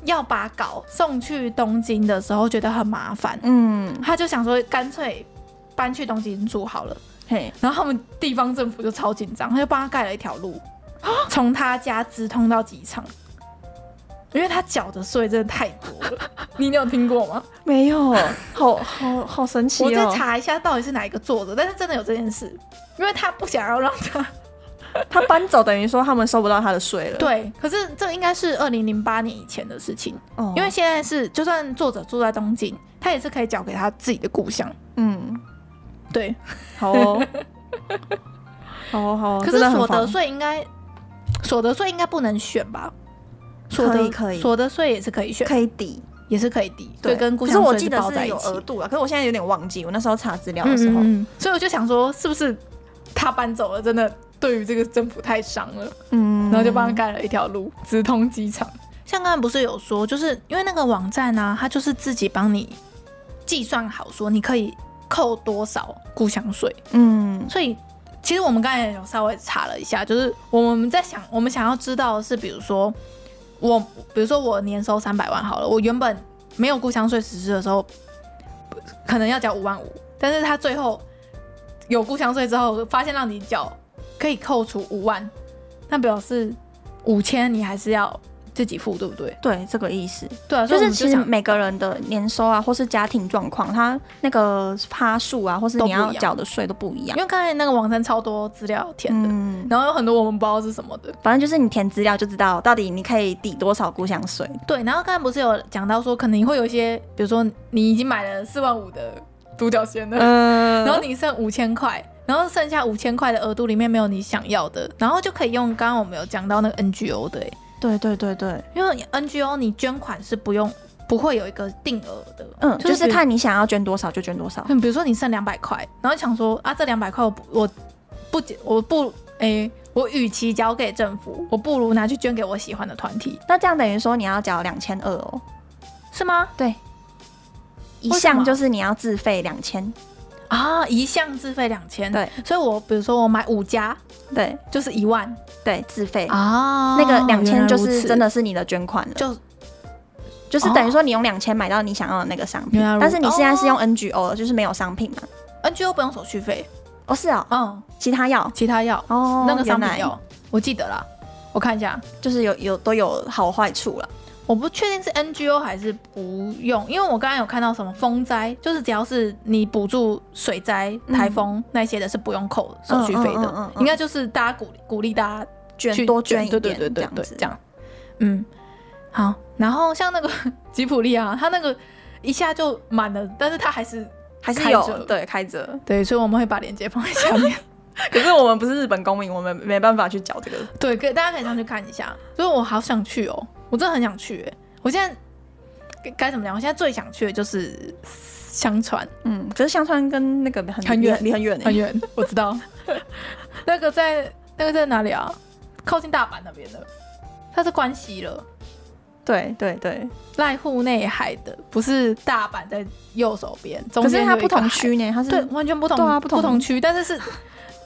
[SPEAKER 1] 要把稿送去东京的时候觉得很麻烦，
[SPEAKER 2] 嗯，
[SPEAKER 1] 他就想说干脆搬去东京住好了。
[SPEAKER 2] 嘿，
[SPEAKER 1] 然后他们地方政府就超紧张，他就帮他盖了一条路，从他家直通到机场。因为他缴的税真的太多了。你你有听过吗？[LAUGHS]
[SPEAKER 2] 没有，好好好神奇
[SPEAKER 1] 我再
[SPEAKER 2] 哦！
[SPEAKER 1] 查一下到底是哪一个作者，但是真的有这件事，因为他不想要让他
[SPEAKER 2] 他搬走等于说他们收不到他的税了。，
[SPEAKER 1] 对。可是这应该是二零零八年以前的事情，
[SPEAKER 2] 哦
[SPEAKER 1] 因为现在是就算作者住在东京，他也是可以缴给他自己的故乡。
[SPEAKER 2] 嗯，
[SPEAKER 1] 对，
[SPEAKER 2] 好哦，
[SPEAKER 1] [LAUGHS]
[SPEAKER 2] 好哦，好哦。
[SPEAKER 1] 可
[SPEAKER 2] 真
[SPEAKER 1] 是
[SPEAKER 2] 的很
[SPEAKER 1] 所得
[SPEAKER 2] 烦
[SPEAKER 1] 税应该，所得税应该不能选吧？所
[SPEAKER 2] 可
[SPEAKER 1] 得
[SPEAKER 2] 以可以
[SPEAKER 1] 所得税也是可以选，
[SPEAKER 2] 可以抵，
[SPEAKER 1] 也是可以抵，对，跟故
[SPEAKER 2] 可是
[SPEAKER 1] 乡
[SPEAKER 2] 我
[SPEAKER 1] 税
[SPEAKER 2] 记得
[SPEAKER 1] 包在
[SPEAKER 2] 是
[SPEAKER 1] 一
[SPEAKER 2] 有
[SPEAKER 1] 起
[SPEAKER 2] 额。度啊，可是我现在有点忘记，我那时候查资料的
[SPEAKER 1] 嗯
[SPEAKER 2] 时候，
[SPEAKER 1] 嗯嗯，所以我就想说，是不是他搬走了，真的对于这个政府太伤了，
[SPEAKER 2] 嗯
[SPEAKER 1] 然后就帮他盖了一条路，直通机场。像刚才不是有说，就是因为那个网站呢、它就是自己帮你计算好，说你可以扣多少故乡税，
[SPEAKER 2] 嗯
[SPEAKER 1] 所以其实我们刚才有稍微查了一下，就是我们在想，我们想要知道的是，比如说我，比如说我年收三百万好了，我原本没有故乡税实施的时候，可能要缴五万五，但是他最后有故乡税之后，发现让你缴可以扣除五万，那表示五千你还是要自己付，对不对？
[SPEAKER 2] 对这个意思，
[SPEAKER 1] 对啊，所
[SPEAKER 2] 就
[SPEAKER 1] 以我
[SPEAKER 2] 是
[SPEAKER 1] 们
[SPEAKER 2] 其实
[SPEAKER 1] 想
[SPEAKER 2] 每个人的年收啊，或是家庭状况，他那个趴数啊，或是
[SPEAKER 1] 都不一
[SPEAKER 2] 你
[SPEAKER 1] 样
[SPEAKER 2] 要缴的税都不一样
[SPEAKER 1] 因。为刚才那个网站超多资料填的，
[SPEAKER 2] 嗯，
[SPEAKER 1] 然后有很多我们不知道是什么的。
[SPEAKER 2] 反正就是你填资料就知道到底你可以抵多少故乡税。
[SPEAKER 1] 对，然后刚才不是有讲到说，可能会有一些，比如说你已经买了四万五的独角仙了，
[SPEAKER 2] 嗯
[SPEAKER 1] 然后你剩五千块，然后剩下五千块的额度里面没有你想要的，然后就可以用刚刚我们有讲到那个 NGO 的欸、
[SPEAKER 2] 对对对对，
[SPEAKER 1] 因为 NGO 你捐款是不用不会有一个定额的，
[SPEAKER 2] 嗯，就
[SPEAKER 1] 比
[SPEAKER 2] 是
[SPEAKER 1] 如
[SPEAKER 2] 看你想要捐多少就捐多少。
[SPEAKER 1] 嗯，比如说你剩两百块，然后想说啊，这两百块我不我不我不诶、我与其交给政府，我不如拿去捐给我喜欢的团体，
[SPEAKER 2] 那这样等于说你要缴两千二哦，
[SPEAKER 1] 是吗？
[SPEAKER 2] 一
[SPEAKER 1] 为什么
[SPEAKER 2] 项就是你要自费两千。
[SPEAKER 1] 啊，一项自费两千，
[SPEAKER 2] 对
[SPEAKER 1] 所以我比如说我买五家
[SPEAKER 2] 对
[SPEAKER 1] 就是一万
[SPEAKER 2] 对，自费。
[SPEAKER 1] 啊
[SPEAKER 2] 那个两千就是真的是你的捐款了，
[SPEAKER 1] 就
[SPEAKER 2] 就是等于说你用两千买到你想要的那个商品
[SPEAKER 1] 哦原来，如
[SPEAKER 2] 但是你现在是用
[SPEAKER 1] 哦
[SPEAKER 2] NGO 了，就是没有商品嘛。
[SPEAKER 1] NGO 不用手续费，
[SPEAKER 2] 哦，是哦，
[SPEAKER 1] 嗯，
[SPEAKER 2] 其他要
[SPEAKER 1] 其他要
[SPEAKER 2] 哦，
[SPEAKER 1] 那个商
[SPEAKER 2] 原
[SPEAKER 1] 品
[SPEAKER 2] 来
[SPEAKER 1] 有，我记得啦，我看一下，
[SPEAKER 2] 就是有有都有好坏处了。
[SPEAKER 1] 我不确定是 NGO 还是不用，因为我刚刚有看到什么风灾，就是只要是你补助水灾、
[SPEAKER 2] 嗯
[SPEAKER 1] 台风那些的是不用扣手续费
[SPEAKER 2] 嗯嗯嗯嗯
[SPEAKER 1] 的，
[SPEAKER 2] 嗯
[SPEAKER 1] 应该就是大家鼓励鼓励大家去
[SPEAKER 2] 捐多捐一
[SPEAKER 1] 对
[SPEAKER 2] 点，
[SPEAKER 1] 对对对对，
[SPEAKER 2] 这样
[SPEAKER 1] 这
[SPEAKER 2] 子
[SPEAKER 1] 样，嗯，好。然后像那个 [LAUGHS] 吉普力啊，他那个一下就满了，但是他还是
[SPEAKER 2] 还是
[SPEAKER 1] 开
[SPEAKER 2] 有
[SPEAKER 1] 着
[SPEAKER 2] 对开着。
[SPEAKER 1] 对，所以我们会把链接放在下面。 [LAUGHS]
[SPEAKER 2] 可是我们不是日本公民，我们没办法去缴这个。
[SPEAKER 1] 对，可以大家可以上去看一下。所以我好想去哦，我真的很想去、欸。我现在该该怎么讲？我现在最想去的就是香船，
[SPEAKER 2] 嗯，可是香川跟那个很
[SPEAKER 1] 很远
[SPEAKER 2] 离很远欸
[SPEAKER 1] 很远，我知道。 [LAUGHS] 那个在那个在哪里啊？靠近大阪那边的，它是关西了。
[SPEAKER 2] 欸对对对，
[SPEAKER 1] 濑户内海的，不是大阪在右手边，
[SPEAKER 2] 可
[SPEAKER 1] 中
[SPEAKER 2] 是
[SPEAKER 1] 间
[SPEAKER 2] 它
[SPEAKER 1] 有一
[SPEAKER 2] 不
[SPEAKER 1] 个
[SPEAKER 2] 同
[SPEAKER 1] 海，
[SPEAKER 2] 区呢，它是
[SPEAKER 1] 对，完全不同，
[SPEAKER 2] 对啊
[SPEAKER 1] 不
[SPEAKER 2] 不同
[SPEAKER 1] 区，但是是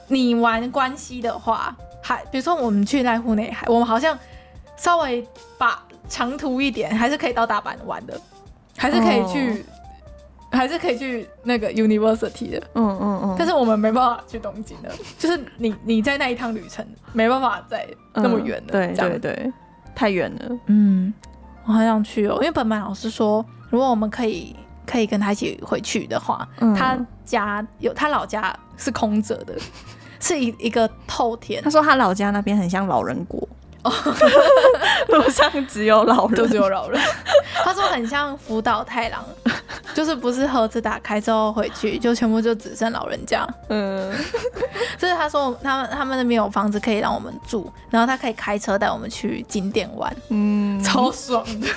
[SPEAKER 1] 你玩关西的话，海，比如说我们去濑户内海，我们好像稍微把长途一点，还是可以到大阪玩的，还是可以去，
[SPEAKER 2] 哦
[SPEAKER 1] 还是可以去那个 University 的，
[SPEAKER 2] 嗯嗯嗯，
[SPEAKER 1] 但是我们没办法去东京了，就是你你在那一趟旅程没办法再那么远了，
[SPEAKER 2] 嗯对
[SPEAKER 1] 这样
[SPEAKER 2] 对对，太远了。
[SPEAKER 1] 嗯，我很想去哦，因为本本老师说，如果我们可以可以跟他一起回去的话，
[SPEAKER 2] 嗯
[SPEAKER 1] 他家有他老家是空着的， [LAUGHS] 是一一个透天
[SPEAKER 2] 他，说他老家那边很像老人国，
[SPEAKER 1] 哦
[SPEAKER 2] [LAUGHS] 路上只有老人，
[SPEAKER 1] 都只有老人。 [LAUGHS] 他说很像福岛太郎，就是不是盒子打开之后回去，就全部就只剩老人家。
[SPEAKER 2] 嗯，
[SPEAKER 1] 所以他说他们他们那边有房子可以让我们住，然后他可以开车带我们去景点玩。
[SPEAKER 2] 嗯
[SPEAKER 1] 超爽的。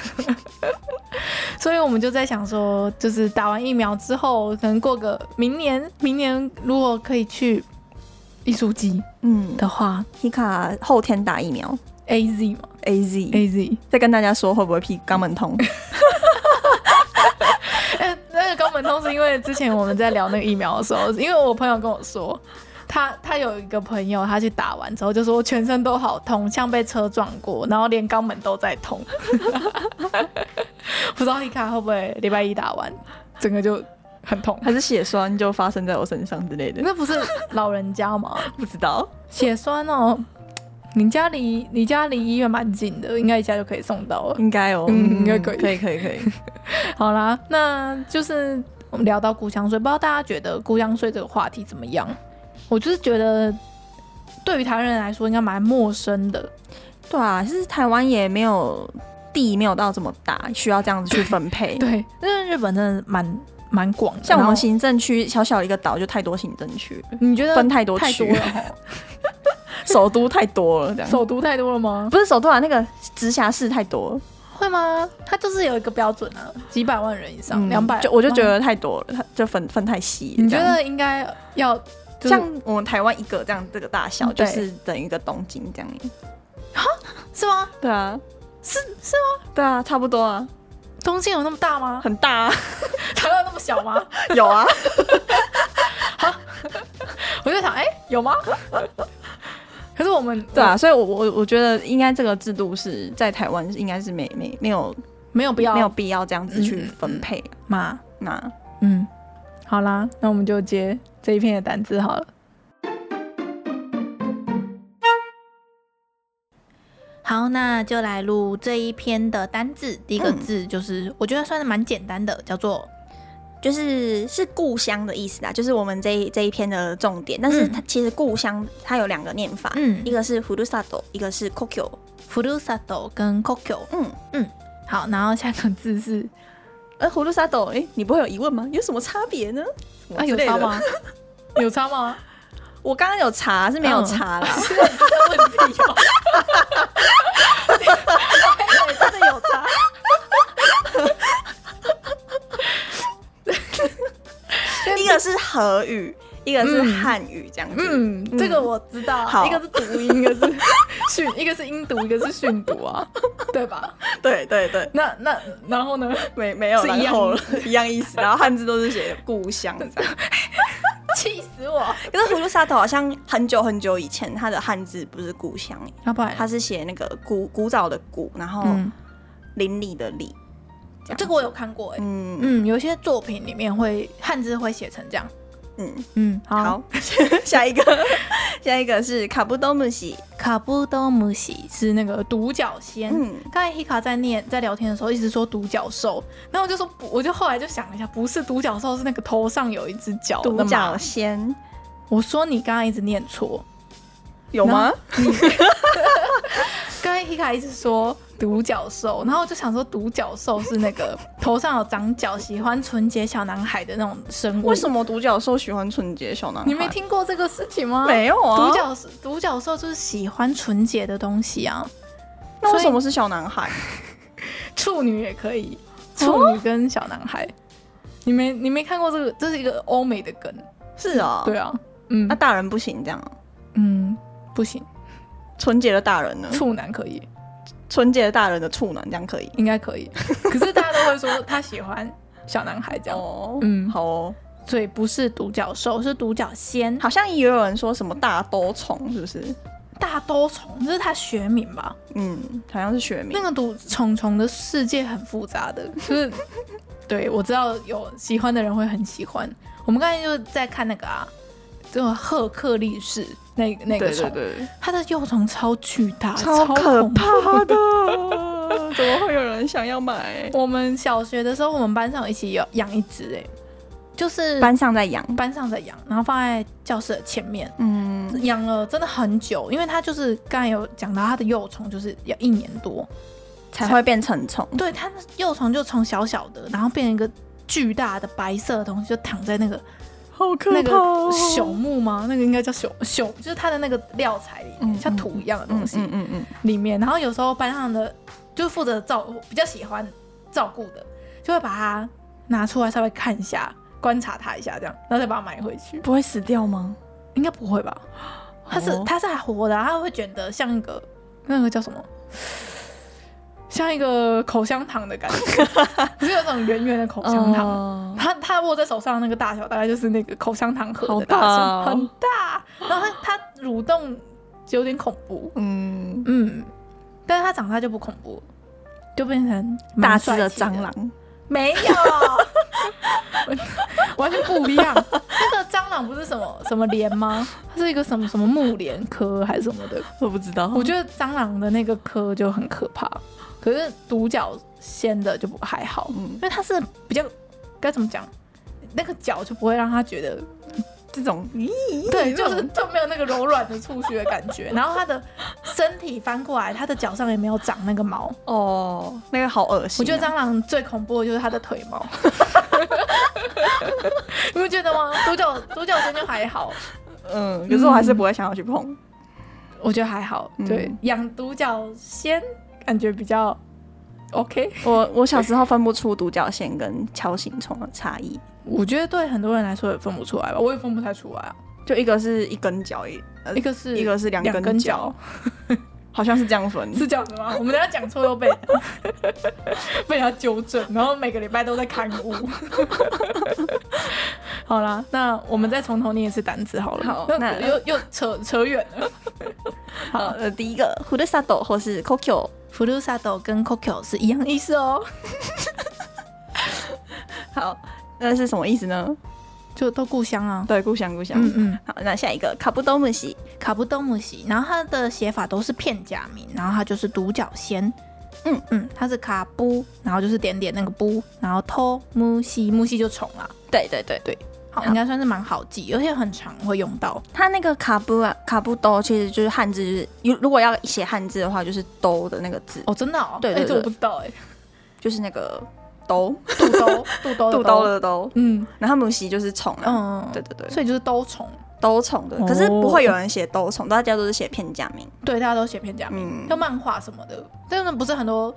[SPEAKER 1] [LAUGHS] 所以我们就在想说，就是打完疫苗之后，可能过个明年，明年如果可以去艺术季
[SPEAKER 2] 嗯
[SPEAKER 1] 的话
[SPEAKER 2] 皮卡后天打疫苗
[SPEAKER 1] ，A Z 嘛
[SPEAKER 2] A Z，
[SPEAKER 1] ，A Z，
[SPEAKER 2] 再跟大家说会不会屁肛
[SPEAKER 1] [LAUGHS]
[SPEAKER 2] 门痛？
[SPEAKER 1] 哎、那个肛门痛是因为之前我们在聊那个疫苗的时候，因为我朋友跟我说。他他有一个朋友，他去打完之后就说全身都好痛，像被车撞过，然后连肛门都在痛。 [LAUGHS] 不知道伊卡会不会礼拜一打完，整个就很痛。
[SPEAKER 2] 还是血栓就发生在我身上之类的？
[SPEAKER 1] [LAUGHS] 那不是老人家吗？ [LAUGHS]
[SPEAKER 2] 不知道，
[SPEAKER 1] 血栓哦，你家离你家离医院蛮近的，应该一下就可以送到
[SPEAKER 2] [LAUGHS]
[SPEAKER 1] 了。
[SPEAKER 2] 应该哦，
[SPEAKER 1] 嗯应该可以
[SPEAKER 2] 可以，可以，可以。
[SPEAKER 1] 好啦，那就是我们聊到故乡税，不知道大家觉得故乡税这个话题怎么样？我就是觉得对于台湾人来说应该蛮陌生的，
[SPEAKER 2] 对啊，其实台湾也没有地没有到这么大，需要这样子去分
[SPEAKER 1] [LAUGHS]
[SPEAKER 2] 配。，
[SPEAKER 1] 对，因为日本真的蛮蛮广的，
[SPEAKER 2] 像我
[SPEAKER 1] 然后
[SPEAKER 2] 们行政区小小一个岛就太多行政区了，
[SPEAKER 1] 你觉得
[SPEAKER 2] 分太多
[SPEAKER 1] 太
[SPEAKER 2] 区 [LAUGHS]
[SPEAKER 1] 多，了吼，
[SPEAKER 2] 首都太多了，这样。
[SPEAKER 1] [LAUGHS] 首都太多了吗？
[SPEAKER 2] 不是首都啊，那个直辖市太多了，
[SPEAKER 1] 会吗？它就是有一个标准啊，几百万人以上，
[SPEAKER 2] 嗯
[SPEAKER 1] 两百、
[SPEAKER 2] 就我就觉，得太多了，它就分分太细了。
[SPEAKER 1] 你觉
[SPEAKER 2] 这样
[SPEAKER 1] 得应该要就是
[SPEAKER 2] 像嗯我们台湾一个这样这个大小，就
[SPEAKER 1] 对
[SPEAKER 2] 是等于一个东京这样。
[SPEAKER 1] 是吗？
[SPEAKER 2] 对啊，
[SPEAKER 1] 是是吗？
[SPEAKER 2] 对啊，差不多啊，
[SPEAKER 1] 东京有那么大 [LAUGHS] 吗？
[SPEAKER 2] 很大啊，
[SPEAKER 1] 台湾有那么小吗？
[SPEAKER 2] 有啊，
[SPEAKER 1] [LAUGHS] 我就想，哎、有吗？ [LAUGHS] 可是我们
[SPEAKER 2] [LAUGHS] 对啊，所以我我我觉得应该这个制度是在台湾应该是没没没有
[SPEAKER 1] 没有必要
[SPEAKER 2] 没有必要这样子去分配啊、
[SPEAKER 1] 嘛，
[SPEAKER 2] 那
[SPEAKER 1] 嗯，好啦，那我们就接这一篇的单字好了。
[SPEAKER 4] 好，那就来录这一篇的单字。第一个
[SPEAKER 2] 嗯
[SPEAKER 4] 字就是、我觉得算是蛮简单的，叫做
[SPEAKER 2] 就是是故乡的意思啦，就是我们这一这一篇的重点。但是它其实故乡它有两个念法，
[SPEAKER 4] 嗯
[SPEAKER 2] 一个是 furusato，一个是 kokyo。
[SPEAKER 4] “furusato” 跟 “kokyo”。
[SPEAKER 2] 嗯，
[SPEAKER 4] 好，然后下一个字是
[SPEAKER 2] 而 furusato，哎、你不会有疑问吗？有什么差别呢？
[SPEAKER 1] 啊，有差？吗？ [LAUGHS] 有差吗？ [LAUGHS]
[SPEAKER 2] 我刚刚有查是没
[SPEAKER 1] 嗯
[SPEAKER 2] 有查啦， [LAUGHS]
[SPEAKER 1] 问题有，
[SPEAKER 2] 真的有查。一个是和语，一个是汉语，这样子。
[SPEAKER 1] 嗯，这个我知道，
[SPEAKER 2] 好
[SPEAKER 1] 一个是读音，一个是训，一个是音读，一个是训读啊， [LAUGHS] 对吧？
[SPEAKER 2] [LAUGHS] 对对对，
[SPEAKER 1] 那那然后呢？
[SPEAKER 2] 没没有
[SPEAKER 1] 是一
[SPEAKER 2] 然
[SPEAKER 1] 样
[SPEAKER 2] 后了，一样意思。然后汉字都是写故乡这
[SPEAKER 1] [LAUGHS]
[SPEAKER 2] 样。
[SPEAKER 1] 气死我！
[SPEAKER 2] 可是葫芦沙头好像很久很久以前，它的汉字不是故乡，
[SPEAKER 1] 要不然
[SPEAKER 2] 它是写那个古古早的古，然后
[SPEAKER 1] 嗯，
[SPEAKER 2] 邻里的里。
[SPEAKER 1] 这个我有看过哎、
[SPEAKER 2] 嗯嗯
[SPEAKER 1] 嗯，有些作品里面会汉字会写成这样。
[SPEAKER 2] 嗯，
[SPEAKER 4] 嗯
[SPEAKER 2] 好， [LAUGHS] 下一个，下一个是卡布多姆西。
[SPEAKER 4] 卡布多姆西，
[SPEAKER 1] 是那个独角仙。
[SPEAKER 2] 嗯
[SPEAKER 1] 刚才 Hika 在念在聊天的时候，一直说独角兽，然后我就说不，我就后来就想了一下，不是独角兽，是那个头上有一只角的
[SPEAKER 2] 独
[SPEAKER 1] 嘛
[SPEAKER 2] 角。仙
[SPEAKER 1] 我说你刚刚一直念错，
[SPEAKER 2] 有吗？
[SPEAKER 1] 刚才 Hika 一直说独角兽，然后我就想说独角兽是那个头上有长角、喜欢纯洁小男孩的那种生物。
[SPEAKER 2] 为什么独角兽喜欢纯洁小男孩？
[SPEAKER 1] 你没？听过这个事情吗？
[SPEAKER 2] 没有啊。
[SPEAKER 1] 独角兽独角兽就是喜欢纯洁的东西啊，
[SPEAKER 2] 那为什么是小男
[SPEAKER 1] [LAUGHS]
[SPEAKER 2] 孩？
[SPEAKER 1] 处女也可以，处女跟小男孩。你没你没看过这个？这是一个欧美的梗。
[SPEAKER 2] 是啊、
[SPEAKER 1] 对。啊，嗯、
[SPEAKER 2] 那、大人不行这样啊，
[SPEAKER 1] 嗯，不行，
[SPEAKER 2] 纯洁的大人呢？
[SPEAKER 1] 处男可以，
[SPEAKER 2] 纯洁的大人的处男这样可以。
[SPEAKER 1] 应该 [LAUGHS] 可以。可是大家都会说他喜欢小男孩这样，
[SPEAKER 2] 哦，
[SPEAKER 1] 嗯
[SPEAKER 2] 好哦，
[SPEAKER 1] 所以不是独角兽，是独角仙。
[SPEAKER 2] 好像也有人说什么大兜虫，是不是？
[SPEAKER 1] 大兜虫，这是它学名吧？
[SPEAKER 2] 嗯，好像是学名
[SPEAKER 1] 那。个毒虫虫的世界很复杂的，
[SPEAKER 2] [LAUGHS]
[SPEAKER 1] 就是，对我知道有喜欢的人会很喜欢。我们刚才就在看那个啊，这个赫克力士那那个虫，
[SPEAKER 2] 对，
[SPEAKER 1] 它的幼虫超巨大，
[SPEAKER 2] 超可
[SPEAKER 1] 恐怖
[SPEAKER 2] 怕的， [LAUGHS] 怎么会有人想要买？
[SPEAKER 1] 我们小学的时候，我们班上一起有养一只，哎，就是
[SPEAKER 2] 班上在养，
[SPEAKER 1] 班上在养，然后放在教室的前面
[SPEAKER 2] 嗯，
[SPEAKER 1] 养了，真的很久，因为它就是刚才有讲到它的幼虫就是要一年多，
[SPEAKER 2] 才会变成虫。
[SPEAKER 1] 对，它的幼虫就从小小的，然后变成一个巨大的白色的东西，就躺在那个
[SPEAKER 2] 好可
[SPEAKER 1] 那个
[SPEAKER 2] 哦
[SPEAKER 1] 朽木吗？那个应该叫朽朽，就是它的那个料材里面，
[SPEAKER 2] 嗯
[SPEAKER 1] 像土一样的东
[SPEAKER 2] 嗯
[SPEAKER 1] 西
[SPEAKER 2] 嗯嗯嗯，
[SPEAKER 1] 里面，然后有时候班上的就负责照比较喜欢照顾的，就会把它拿出来稍微看一下，观察它一下，这样，然后再把它买回去。
[SPEAKER 2] 不会死掉吗？
[SPEAKER 1] 应该不会吧？它是
[SPEAKER 2] 哦
[SPEAKER 1] 它是还活的啊、它会觉得像一个那个叫什么，像一个口香糖的感
[SPEAKER 2] [LAUGHS]
[SPEAKER 1] 觉，不是有那种圆圆的口香糖吗？
[SPEAKER 2] 哦
[SPEAKER 1] 它它握在手上的那个大小大概就是那个口香糖盒
[SPEAKER 2] 好
[SPEAKER 1] 的大小，
[SPEAKER 2] 大哦
[SPEAKER 1] 很大。然后它它蠕动有点恐怖，
[SPEAKER 2] 嗯，
[SPEAKER 1] 嗯，但是它长大就不恐怖了，就变成蛮
[SPEAKER 2] 大只的
[SPEAKER 1] 帅气
[SPEAKER 2] 蟑螂， [LAUGHS]
[SPEAKER 1] 没有，完全不一样。那个蟑朗不是什么什么莲吗？它是一个什么什么木莲科还是什么的？
[SPEAKER 3] 我不知道，
[SPEAKER 1] 我觉得蟑螂的那个科就很可怕，可是独角仙的就不还好，
[SPEAKER 3] 嗯
[SPEAKER 1] 因，为它是比较该怎么讲，那个脚就不会让他觉得
[SPEAKER 3] 这种
[SPEAKER 1] 对，就是就没有那个柔软的触须的感觉。然后它的身体翻过来，它的脚上也没有长那个毛。
[SPEAKER 2] 哦，那个好恶心啊、
[SPEAKER 1] 我觉得蟑螂最恐怖的就是它的腿毛， [LAUGHS] 你不觉得吗？独角独角仙就还好，
[SPEAKER 2] 嗯，可是我还是不会想要去碰。
[SPEAKER 1] 我觉得还好。对，
[SPEAKER 2] 嗯
[SPEAKER 1] 养独角仙感觉比较 OK。
[SPEAKER 2] 我我小时候分不出独角仙跟锹形虫的差异，
[SPEAKER 1] 我觉得对很多人来说也分不出来吧，我也分不太出来啊。
[SPEAKER 2] 就一个是一根脚，一呃
[SPEAKER 1] 一个是
[SPEAKER 2] 一个是两
[SPEAKER 1] 两
[SPEAKER 2] 根
[SPEAKER 1] 根
[SPEAKER 2] 脚
[SPEAKER 1] 脚，
[SPEAKER 2] [LAUGHS] 好像是这样分。
[SPEAKER 1] 是这样子吗？我们等下讲错都 [LAUGHS] 被被他纠正，然后每个礼拜都在看屋。 [LAUGHS] 好啦，那我们再从头念一次单词好了。
[SPEAKER 2] 好
[SPEAKER 1] 那
[SPEAKER 2] 那
[SPEAKER 1] 又又扯扯远了。
[SPEAKER 2] 好，呃，第一个 h u d s a d o 或是 Kokyo，
[SPEAKER 1] f u r u s a d o 跟 Kokyo 是一样的意思哦，
[SPEAKER 2] 好，那是什么意思呢？
[SPEAKER 1] 就都故乡啊。
[SPEAKER 2] 对，故乡故乡。
[SPEAKER 1] 嗯嗯，
[SPEAKER 2] 好，那下一个卡布多姆西，
[SPEAKER 4] 卡布多姆西，然后它的写法都是片假名，然后它就是独角仙。
[SPEAKER 2] 嗯
[SPEAKER 4] 嗯，它是卡布，
[SPEAKER 1] 然后就是点点那个不，然后偷木西木西就虫啦。
[SPEAKER 2] 对对对，
[SPEAKER 1] 好，应该算是蛮好记，而且很常会用到。
[SPEAKER 2] 它那个卡布啊卡布多其实就是汉字，就是如如果要写汉字的话，就是兜的那个字，
[SPEAKER 1] 哦，真的哦，
[SPEAKER 2] 对对
[SPEAKER 1] 哎这
[SPEAKER 2] 对
[SPEAKER 1] 我不知道哎，
[SPEAKER 2] 就是那个兜，
[SPEAKER 1] [LAUGHS] 肚兜肚兜
[SPEAKER 2] 肚兜
[SPEAKER 1] 兜，
[SPEAKER 2] 的兜，
[SPEAKER 1] 嗯
[SPEAKER 2] 然后母西就是虫啊，
[SPEAKER 1] 嗯，
[SPEAKER 2] 对，对对，
[SPEAKER 1] 所以就是兜虫。
[SPEAKER 2] 兜虫的，
[SPEAKER 1] 哦
[SPEAKER 2] 可是不会有人写兜虫，大家都是写片假名。
[SPEAKER 1] 对，大家都写片假名，
[SPEAKER 2] 嗯
[SPEAKER 1] 就，漫画什么的。但是不是很多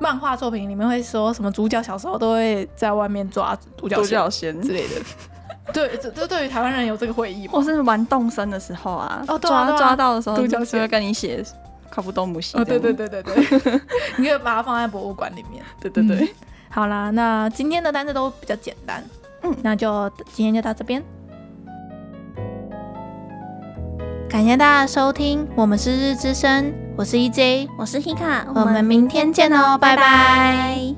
[SPEAKER 1] 漫画作品里面会说什么主角小时候都会在外面抓独角仙
[SPEAKER 2] 仙
[SPEAKER 1] 之类的？对，这这对于台湾人有这个回忆吗？
[SPEAKER 2] 或是玩动身的时候啊，
[SPEAKER 1] 哦对啊
[SPEAKER 2] 抓
[SPEAKER 1] 对啊
[SPEAKER 2] 抓到的时候，
[SPEAKER 1] 独角
[SPEAKER 2] 就
[SPEAKER 1] 仙
[SPEAKER 2] 会跟你写卡布多姆西。
[SPEAKER 1] 哦，对对对对 [LAUGHS] 对，你可以把它放在博物馆里面。
[SPEAKER 2] 对对对，
[SPEAKER 1] 好啦，那今天的单词都比较简单，
[SPEAKER 2] 嗯
[SPEAKER 1] 那就今天就到这边。
[SPEAKER 4] 感谢大家的收听，我
[SPEAKER 1] E
[SPEAKER 4] 们是日之声，我是 EJ，
[SPEAKER 2] 嗯
[SPEAKER 3] 我是 Hika，
[SPEAKER 4] 我们明天见哦，拜拜
[SPEAKER 3] 拜